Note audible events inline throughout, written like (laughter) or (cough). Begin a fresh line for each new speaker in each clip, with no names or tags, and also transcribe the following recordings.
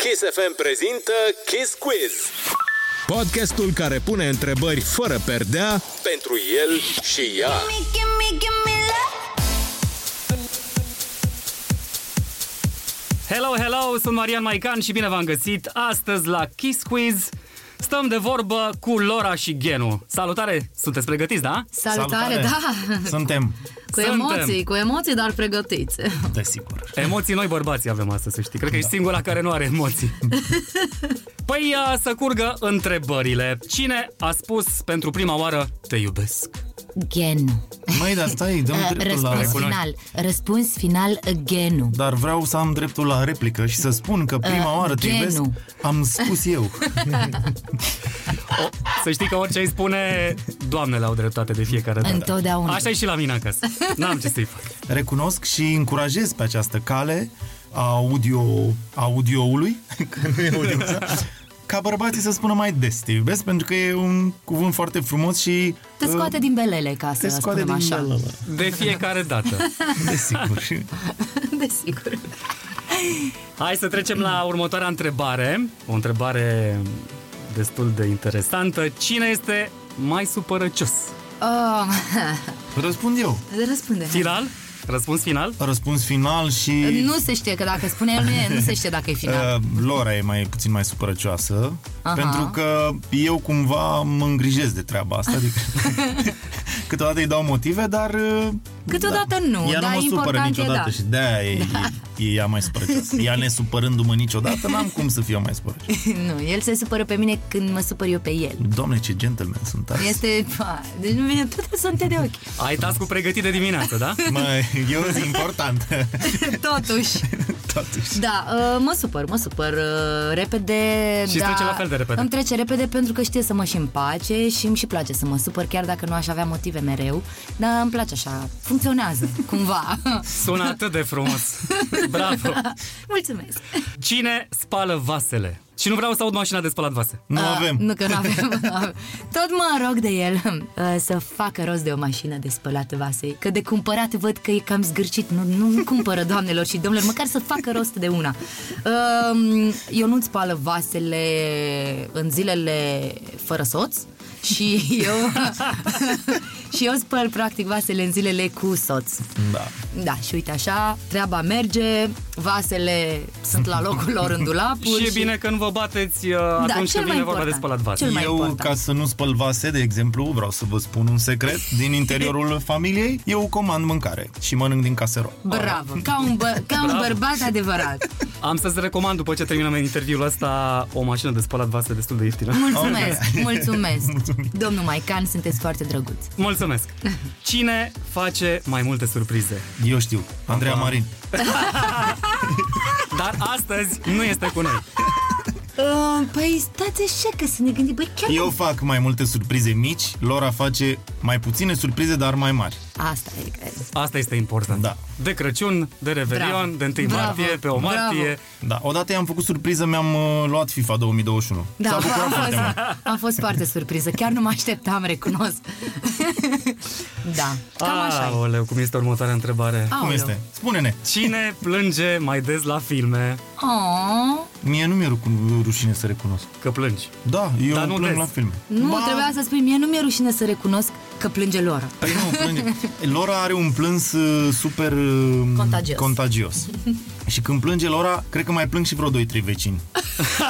Kiss FM prezintă Kiss Quiz.
Podcastul care pune întrebări fără perdea
Pentru el și ea.
Hello, hello, sunt Marian Maican și bine v-am găsit astăzi la Kiss Quiz. Stăm de vorbă cu Lora și Genu. Salutare, sunteți pregătiți, da?
Salutare, da!
Suntem,
Cu
Suntem.
emoții, cu emoții, dar pregătiți.
desigur.
Emoții noi bărbații avem astăzi, să știi. Cred că ești singura care nu are emoții. Păi a, să curgă întrebările. Cine a spus pentru prima oară te iubesc?
Genu.
Măi, dar stai,
(laughs)
dăm
Uh,
dreptul la...
răspuns
recunoaște.
final. Răspuns final, uh, Genu.
Dar vreau să am dreptul la replică și să spun că prima
Uh,
oară te
genul.
iubesc, am
(laughs)
spus eu.
O, să știi că orice îi spune, doamnele au dreptate de fiecare dată.
Întotdeauna.
Așa e și la mine acasă. N-am ce să-i fac.
Recunosc și încurajez pe această cale a audio, audioului, (laughs) că nu e audio, da? ca bărbații să spună mai des te iubesc, pentru că e un cuvânt foarte frumos și
Te scoate din belele, ca să
Uh, te scoate
spunem
din
așa.
așa.
De fiecare dată.
Desigur.
(laughs)
Și-
(laughs) Desigur.
Hai să trecem la următoarea întrebare. O întrebare destul de interesantă. Cine este mai supărăcios?
Oh,
Răspund eu.
(laughs) răspunde.
Final? Răspuns final?
Răspuns final și...
Nu se știe că dacă spune el, nu, e, nu se știe dacă e final.
Uh, Lora e mai puțin mai supărăcioasă Pentru că eu cumva mă îngrijesc de treaba asta
(laughs)
adică Câteodată îi dau motive, dar uh,
Câteodată
da.
nu,
Ea
dar
nu mă supără
important e
niciodată
da.
Și de-aia e, e, e ea mai supărăcioasă Ea nesupărându-mă niciodată, n-am cum să fiu eu mai supărăcioasă
(laughs) nu, el se supără pe mine când mă supăr eu pe el.
Doamne, ce gentleman sunt azi
Este... Ba, deci nu vine toate sunt de ochi.
Ai task pregătit de dimineață, da?
Mă, e o zi (laughs) importantă
(laughs) Totuși.
Totuși
Da, uh, mă supăr, mă supăr uh, repede.
Și îți
da,
trece la fel de repede.
Îmi trece repede pentru că știe să mă și împace și îmi și place să mă supăr, chiar dacă nu aș avea motive mereu. Dar îmi place așa, funcționează, (laughs) cumva.
Sună atât de frumos. Bravo!
(laughs) Mulțumesc.
Cine spală vasele? Și nu vreau să aud mașina de spălat vase.
Nu
Ah,
avem
Nu că nu avem. Tot mă rog de el uh, să facă rost de o mașină de spălat vase. Că de cumpărat văd că e cam zgârcit. Nu, nu, nu cumpără, doamnelor și domnilor, măcar să facă rost de una. Um, Eu nu-ți spală vasele în zilele fără soț. Și eu, și eu spăl practic vasele în zilele cu soț.
Da
Da, și uite așa, treaba merge, vasele sunt la locul lor în dulapuri.
(laughs) Și e bine că nu vă bateți uh, atunci
Da, cel
când
mai
vine vorba de
important.
spălat vase.
Cel mai
eu,
important.
ca să nu spăl vase, de exemplu, vreau să vă spun un secret din
(laughs)
interiorul familiei, eu comand mâncare și mănânc din caserol.
Bravo, ca un, bă- ca un bărbat adevărat.
Am să-ți recomand, după ce terminăm interviul ăsta, o mașină de spălat vase destul de ieftină.
Mulțumesc, mulțumesc. Domnul Maican, sunteți foarte drăguț.
Mulțumesc! Cine face mai multe surprize?
Eu știu, Andreea Marin.
Dar astăzi nu este cu noi.
Uh, păi stați așa că să ne gândim, băi chiar...
Eu fac mai multe surprize mici, Lora face mai puține surprize, dar mai mari.
Asta e, cred.
Asta este important.
Da.
De Crăciun, de Revelion,
Bravo.
de 1
Bravo.
martie, pe o
Bravo.
martie.
Da, odată i-am făcut surpriză, mi-am uh, luat FIFA 2021.
Da,
S-a
am
bucurat
(laughs) fost,
foarte mult.
am fost foarte surpriză, chiar nu mă așteptam, recunosc. da, cam așa e.
Aoleu, cum este următoarea întrebare?
Ah, Cum
Aoleu.
este? Spune-ne.
Cine plânge mai des la filme?
Oh,
Mie nu mi-e ru- rușine să recunosc.
Că plângi.
Da, eu
Dar nu
plâng
des.
la filme.
nu, trebuia să spui, mie nu mi-e rușine să recunosc că plânge Lora.
Păi nu, plânge. Lora are un plâns uh, super uh,
Contagios.
contagios. și când plânge Lora, cred că mai plâng și vreo 2-3 vecini.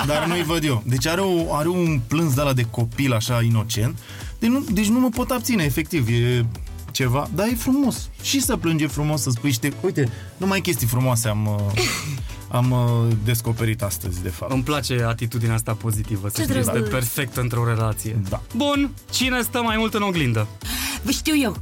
Dar nu-i văd eu. Deci are, o, are un plâns de la de copil așa inocent. Deci nu, deci nu mă pot abține, efectiv. E ceva, dar e frumos. Și să plânge frumos, să spui, știi, uite, numai chestii frumoase am, uh, am uh, descoperit astăzi, de fapt.
Îmi place atitudinea asta pozitivă, să
Ce
știi, este
drăguț.
perfectă într-o relație.
Da.
Bun, cine stă mai mult în
(laughs)
oglindă?
Vă știu eu,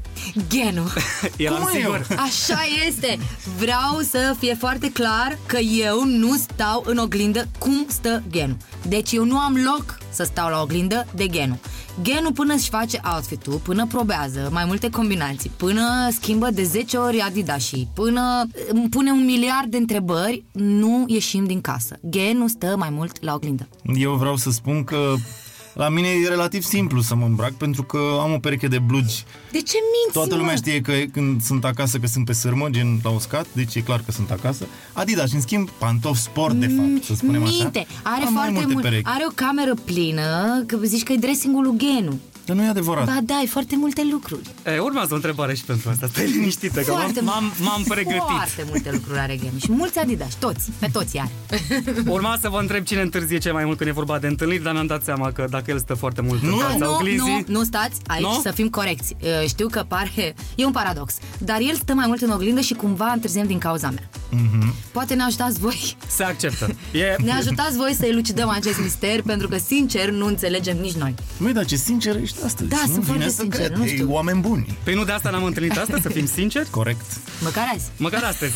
genul.
Eram
Cum
sigur.
Așa este. Vreau să fie foarte clar că eu nu stau în oglindă cum stă genul. Deci eu nu am loc să stau la oglindă de genul. Genul până își face outfit-ul, până probează mai multe combinații, până schimbă de 10 ori adidașii, până uh, îmi pune un miliard de întrebări, nu ieșim din casă. Genul stă mai mult la oglindă.
Eu vreau să spun că La mine e relativ simplu să mă îmbrac pentru că am o pereche de blugi.
De ce minți,
Toată lumea
mă?
știe că când sunt acasă că sunt pe sârmă, gen la uscat, deci e clar că sunt acasă. Adidas și în schimb pantofi sport de fapt, să spunem
Minte,
așa.
are
am mai
foarte
multe
mult.
perechi.
Are o cameră plină, că zici că e dressingul lui Genu.
Dar nu e adevărat.
Ba da, e foarte multe lucruri.
E, urmează o întrebare și pentru asta. Stai liniștită, că Da, m-am,
Foarte
m-am, m-am pregătit.
Foarte multe lucruri are Genu și mulți Adidas, toți, pe toți are.
Urma să vă întreb cine întârzie cel mai mult când e vorba de întâlniri, dar mi-am dat seama că dacă el stă foarte mult în
Nu.
fața
nu,
oglinzii...
nu, nu stați aici,
Nu?
nu? să fim corecți. Uh, Știu că pare, e un paradox, dar el stă mai mult în oglindă și cumva întârziem din cauza mea.
Mhm.
Mm-hmm. Poate ne ajutați voi, (laughs)
Se acceptă. E...
ne ajutați voi să elucidăm acest mister, pentru că, sincer, nu înțelegem nici noi.
Măi, dar ce sincer ești astăzi.
Da,
nu
sunt
vine
foarte
să
sinceră,
cred.
nu
Ei,
știu.
oameni buni.
Păi nu de asta ne-am întâlnit astăzi, să fim sinceri?
Corect.
Măcar azi.
Măcar astăzi.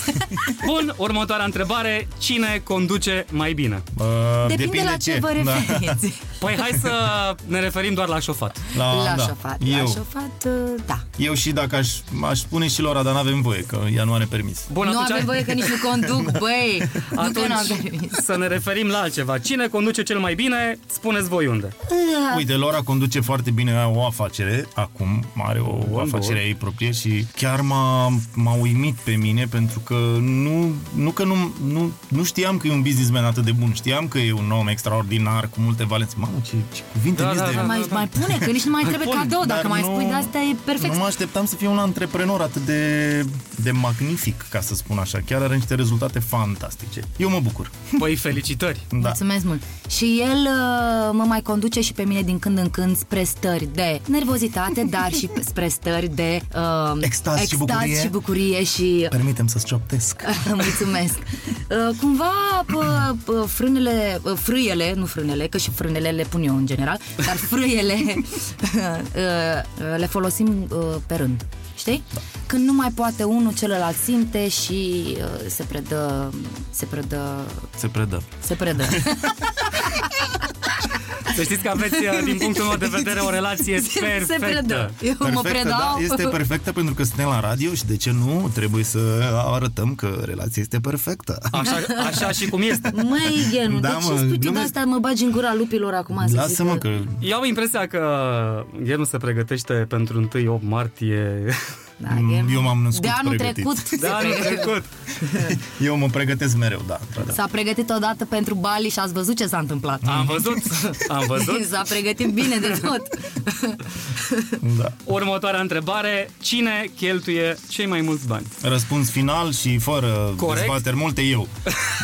Bun, următoarea întrebare. Cine conduce mai bine?
Bă,
Depinde,
depinde
la ce,
ce Da.
vă
Da.
referiți.
Păi hai să ne referim doar (laughs) la șofat.
Da.
la
da.
șofat,
Eu.
la șofat, uh, da.
Eu și dacă aș, aș spune și Lora, dar n-avem voie, că ea nu are permis.
Bun,
nu
atunci...
avem voie că nici nu conduc, băi. nu că
Atunci
nu avem permis.
să ne referim la altceva. Cine conduce cel mai bine, spuneți voi unde.
Uite, Lora conduce foarte bine are o afacere, acum are o afacere a ei proprie și chiar m-a, m-a uimit pe mine pentru că nu, nu că nu, nu, nu știam că e un businessman atât de bun, știam că e un om extraordinar cu multe valențe. Mamă, ce, ce cuvinte
Da,
da,
da,
de...
da.
Mai, mai pune, că nici nu mai trebuie
pun,
cadou,
Dar
dacă mai
nu-
spui de asta e perfect.
Nu mă așteptam să fie un antreprenor atât de, de magnific, ca să spun așa. Chiar are niște rezultate fantastice. Eu mă bucur.
Păi felicitări.
Da.
Mulțumesc mult. Și el uh, mă mai conduce și pe mine din când în când spre stări de nervozitate, dar și (laughs) p- spre stări de uh,
Extaz și bucurie.
și bucurie și uh,
Permitem să-ți cioptesc.
(laughs) mulțumesc. Uh, cumva pă, pă, frânele, uh, frâiele, nu frânele, că și frânele le pun eu în general, dar frâiele (laughs) uh, uh, le folosim uh, pe rând. Știi? Când nu mai poate unul celălalt simte și uh, se predă se predă
Se predă.
se
(laughs)
predă.
Să știți că aveți, uh, din punctul meu de vedere, o relație
Se predă.
perfectă.
Eu mă predau.
Da, este perfectă pentru că suntem la radio și de ce nu? Trebuie să arătăm că relația este perfectă.
Așa, așa și cum este.
Măi, Genu,
Da,
da, de ce
mă,
spui tu de
glumesc.
asta mă bagi în gura lupilor acum? să zic
Lasă-mă că...
Eu am impresia că el nu se pregătește pentru 1 8 martie Da,
Da, Genu.
Eu m-am născut
De anul
pregătit. Da,
trecut.
de
se (laughs)
anul
pregătește.
trecut.
(laughs) Eu mă pregătesc mereu, da. într-adevăr.
S-a pregătit odată pentru Bali și ați văzut ce s-a întâmplat.
Am văzut, am văzut.
(laughs) S-a pregătit bine de tot.
da.
Următoarea întrebare, cine cheltuie cei mai mulți bani?
Răspuns final și fără
Corect.
dezbateri multe eu.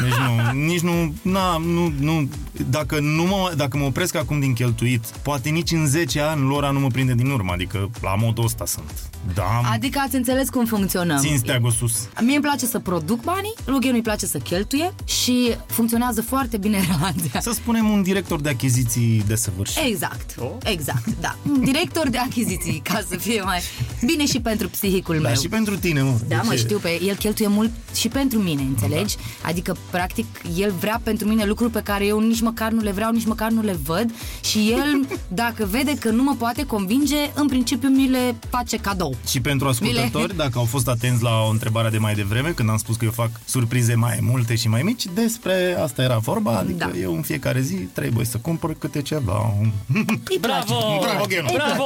Deci nu, nici nu, na, nu, nu, dacă, nu mă, dacă mă opresc acum din cheltuit, poate nici în 10 ani Lora nu mă prinde din urmă, adică la modul ăsta sunt. Da, am-
Adică ați înțeles cum funcționăm.
țin steagul sus.
Mie îmi place să produc banii, lui Genu îi place să cheltuie și funcționează foarte bine (laughs) relația.
Să spunem un director de achiziții desăvârșit.
Exact,
Oh.
exact, da. Un Director de achiziții, ca să fie mai bine și pentru psihicul
Dar
meu.
Da, și pentru tine, mă.
Da,
Deci
mă,
e-
știu, pe el cheltuie mult și pentru mine, înțelegi? Da. Adică, practic, el vrea pentru mine lucruri pe care eu nici măcar nu le vreau, nici măcar nu le văd și
(laughs)
el, dacă vede că nu mă poate convinge, în principiu mi le face cadou.
Și pentru ascultători,
Bine.
dacă au fost atenți la o întrebare de mai devreme, când am spus că eu fac surprize mai multe și mai mici, despre asta era vorba, adică
Da.
eu în fiecare zi trebuie să cumpăr câte
(laughs)
ceva.
Îi
Bravo!
place.
Bravo, Ghenu!
Bravo!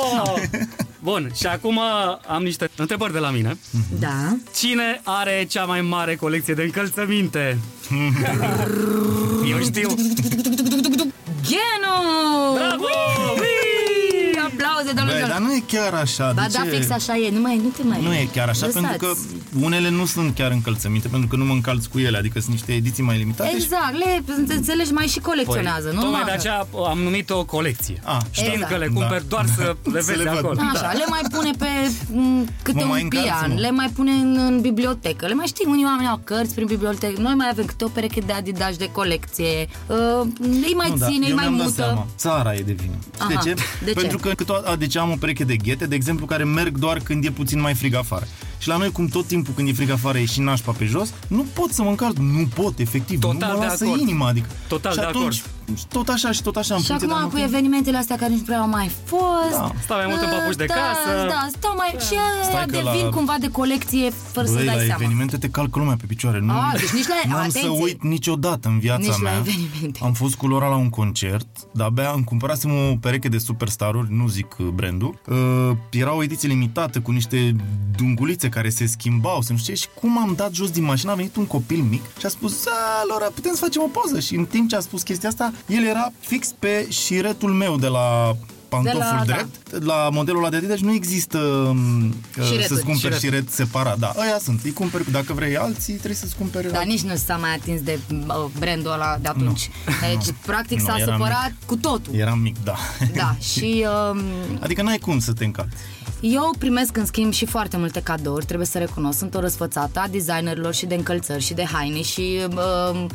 Bun, și acum am niște întrebări de la mine.
Da.
Cine are cea mai mare colecție de
(laughs)
încălțăminte? Eu știu.
Genu!
Bravo!
Ui! Aplauze, domnule
Băi,
Genu!
dar nu e chiar așa.
Ba
de
da,
ce?
fix așa e, nu mai, nu te mai...
Nu e chiar așa,
lăsați.
pentru că unele nu sunt chiar încălțăminte, pentru că nu mă încalț cu ele, adică sunt niște ediții mai limitate. și-
Exact, le înțelegi mai și colecționează,
Păi,
nu?
Tocmai de
Mamă.
aceea am numit o colecție.
Ah,
Știind
Exact.
că le cumperi
Da.
doar
(laughs)
să le
Să
vezi
le văd.
acolo.
Da.
Așa, le mai pune pe m, câte
Mă mai
un
încarc,
pian,
mă.
le mai pune în, în bibliotecă, le mai știi, unii oameni au cărți prin bibliotecă, noi mai avem câte o pereche de adidași de colecție, uh, îi mai
Nu, da,
ține, îi
eu
mai
mi-am dat
mută.
seama. Țara e de vină. Știi
Aha,
de ce?
de ce?
adică Pentru că câteodată, a, deci am o pereche de ghete, de exemplu, care merg doar când e puțin mai frig afară. Și la noi, cum tot timpul când e frig afară e și nașpa pe jos, nu pot să mă încarc, nu pot, efectiv,
Total
nu mă
de
lasă
acord.
inima, adică.
Total
și
de
atunci, tot așa și tot așa. în
Și
funcție de
acum cu
anumite-
evenimentele astea care nu prea au mai fost...
Da.
Stau mai mult în
uh,
papuși de
da,
casă.
Da, stau mai... Și aia
Stai că la-
devin cumva de colecție fără să
Băi,
dai
la
seama.
evenimente te calcă lumea pe picioare. Nu,
A, deci nici la-
n-am să
atenție.
uit niciodată în viața
Nici la
mea.
evenimente.
Am fost cu Lora la un concert, de-abia îmi cumpărasem o pereche de superstaruri, nu zic uh, brandul. Uh, era o ediție limitată cu niște dungulițe care se schimbau, să nu știu ce, și cum am dat jos din mașină, a venit un copil mic și a spus, a, Lora, putem să facem o poză? Și în timp ce a spus chestia asta, el era fix pe șiretul meu de la pantoful
De la- da.
drept, la modelul ăla de deci nu există um, uh,
Șireturi.
să-ți cumperi șiret separat, da, ăia sunt, îi cumperi, dacă vrei alții, trebuie să-ți cumperi
Dar nici nu s-a mai atins de uh, brandul ăla de
(laughs)
atunci. Deci, practic,
Nu,
s-a
era
supărat cu totul.
Eram mic, da.
Da, și um,
(laughs) Adică n-ai cum să te încalci.
Eu primesc în schimb și foarte multe cadouri, trebuie să recunosc, sunt o răsfățată a designerilor și de încălțări și de haine și uh,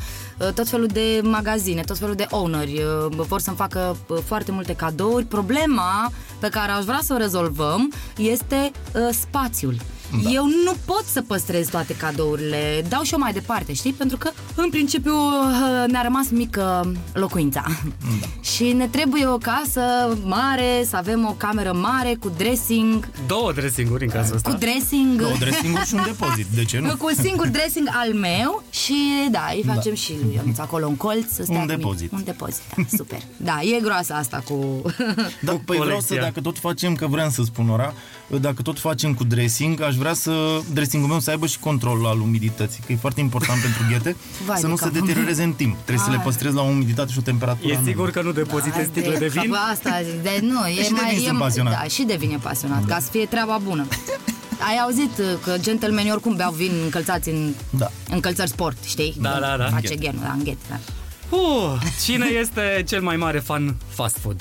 tot felul de magazine, tot felul de owneri uh, vor să-mi facă uh, foarte multe cadouri. Problema pe care aș vrea să o rezolvăm este uh, spațiul. Da. Eu nu pot să păstrez toate cadourile, dau și eu mai departe, știi? Pentru că, în principiu, uh, ne-a rămas mică locuința. Da. (laughs) Și ne trebuie o casă mare, să avem o cameră mare cu dressing,
Două dressinguri în cazul ăsta.
cu dressing.
Două dressing și un depozit, de ce nu?
(laughs) Cu un singur dressing al meu și da, îi facem da. și lui Ionuț acolo un colț să stea
Un
cu mine.
depozit.
Un depozit, da, super. Da, e groasă asta cu... (laughs)
Dar păi vreau să,
colecția.
dacă tot facem, că vreau să spun ora, dacă tot facem cu dressing, aș vrea să dressingul meu să aibă și control al umidității, că e foarte important pentru ghete,
(laughs) Vai
să
de
nu se
capul meu.
deterioreze în timp. Trebuie să le păstrez la o umiditate și o temperatură.
E
anume.
sigur că nu depozitezi sticle de vin?
Asta zic, de, nu, e
Și de
mai...
vin
e,
sunt pasionat.
Da, și devine pasionat, ca să fie treaba
(laughs)
bună. Ai auzit uh, că gentlemenii oricum beau vin încălțați în
Da.
încălțări sport, știi?
Da, da, da.
Face genul, da, înghet, da.
Uh, cine este cel mai mare fan fast food?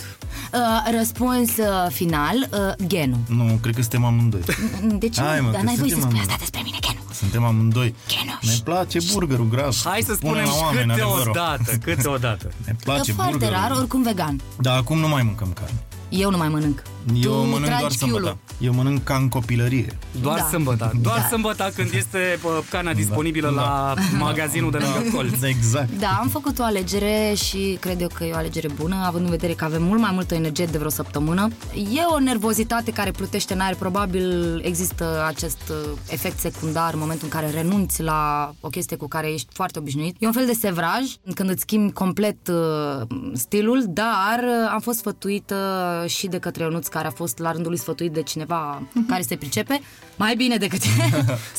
Uh, răspuns uh, final, uh, genul.
Nu, cred că suntem
(laughs)
amândoi.
De ce?
Hai, mă,
Dar
că
n-ai voie să
suntem
spui
amândoi.
asta despre mine, genul.
Suntem amândoi.
Genu,
Ne place burgerul gras.
Hai să
Spune
spunem
la oameni
câte o
adevărul.
dată, câte o dată.
Ne place
Că foarte
burgerul.
rar, oricum vegan.
Dar acum nu mai mâncăm carne.
Eu nu mai mănânc.
Eu
tu
mănânc
tragi
doar
chiulul.
sâmbătă. Eu mănânc ca în copilărie.
Doar
Da.
sâmbăta. Doar
Da.
sâmbăta când este bă,
Da.
cana disponibilă la magazinul de lângă colț.
(laughs) Exact.
Da, am făcut o alegere și cred eu că e o alegere bună, având în vedere că avem mult mai multă energie de vreo săptămână. E o nervozitate care plutește în aer, probabil există acest uh, efect secundar în momentul în care renunți la o chestie cu care ești foarte obișnuit. E un fel de sevraj, când îți schimbi complet uh, stilul, dar uh, am fost sfătuită și de către Ionuț, care a fost la rândul lui sfătuit de cineva care se pricepe, mai bine decât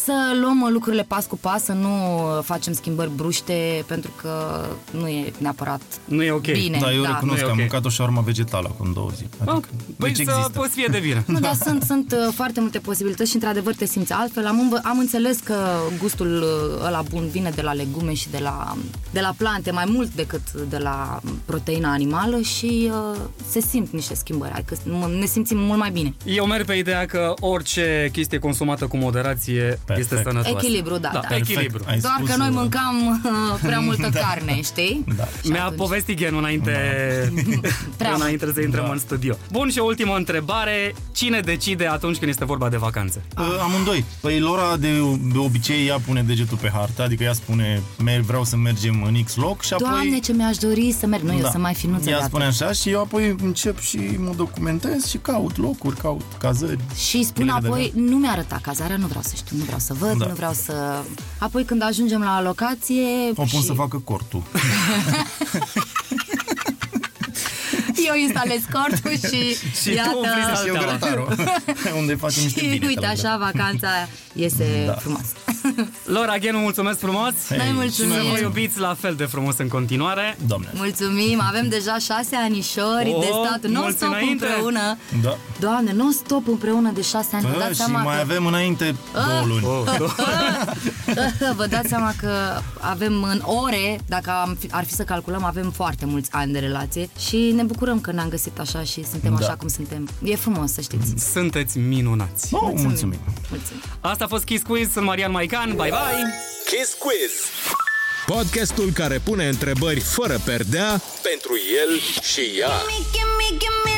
să luăm uh, lucrurile pas cu pas, să nu uh, facem schimbări bruște, pentru că nu e neapărat
Nu e ok.
bine.
Da, eu
da.
recunosc
Nu e
că am
ok.
mâncat o șaurma vegetală acum două zile.
Ah,
Adică,
Păi
deci
să
există.
poți fie de vină.
Nu, dar sunt, sunt uh, foarte multe posibilități și într-adevăr te simți altfel. Am, învă- am înțeles că gustul uh, ăla bun vine de la legume și de la, de la plante mai mult decât de la proteina animală și uh, se simt niște schimbări, adică m- ne simțim mult mai bine.
Eu merg pe ideea că orice chestie consumată cu moderație este sănătoasă.
Echilibru, da, da.
Perfect,
echilibru.
ai
Doar
spus,
că noi
uh,
mâncam uh, prea multă
(laughs)
carne, știi? Da.
Mi-a povestit genul
(laughs)
înainte,
Prea mult.
înainte să
Da.
intrăm în studio. Bun, și o ultimă întrebare. Cine decide atunci când este vorba de vacanțe?
Uh, amândoi. Păi Lora de, de obicei ea pune degetul pe hartă, adică ea spune "Mer- vreau să mergem în X loc și apoi...
Doamne, ce mi-aș dori să merg. Nu, eu să mai fi nuță de
Ea
atunci.
Da. spune așa și eu apoi încep și mă documentez și caut locuri, caut cazări.
Și îi spun
Bine,
apoi, nu mi-a arătat cazarea, nu vreau să știu, nu vreau să văd,
Da.
da. nu vreau să... Apoi când ajungem la locație...
O pun
și
să facă cortul.
(laughs) Eu instalez cortul și,
tu umpli
iată...
să-
(laughs) și (laughs) eu
Altava.
grătarul. Unde facem
(laughs)
niște
Și
bine.
uite așa, vacanța iese da. frumos.
Lora Ghenu, mulțumesc frumos!
Hei,
Noi
și
Să vă
mulțumim!
iubiți la fel de frumos în continuare.
Doamne.
Mulțumim, avem deja șase anișori
O,
de
Oh,
stat
mulți
non-stop
înainte.
împreună.
Da.
Doamne, non-stop împreună de șase ani. Vă
Bă,
dați
și
seama
mai
că... Ah.
avem înainte două luni.
(laughs) Vă dați seama că avem în ore, dacă am fi, ar fi să calculăm, avem foarte mulți ani de relație și ne bucurăm că ne-am găsit așa și suntem
Da.
așa cum suntem. E frumos, să știți.
Sunteți minunați!
Oh, mulțumim.
Mulțumim.
Asta a fost Kiss Quiz, sunt Marian Maican, bye bye!
Kiss Quiz.
Podcastul care pune întrebări fără perdea
Pentru el și ea.
gimme, gimme, gimme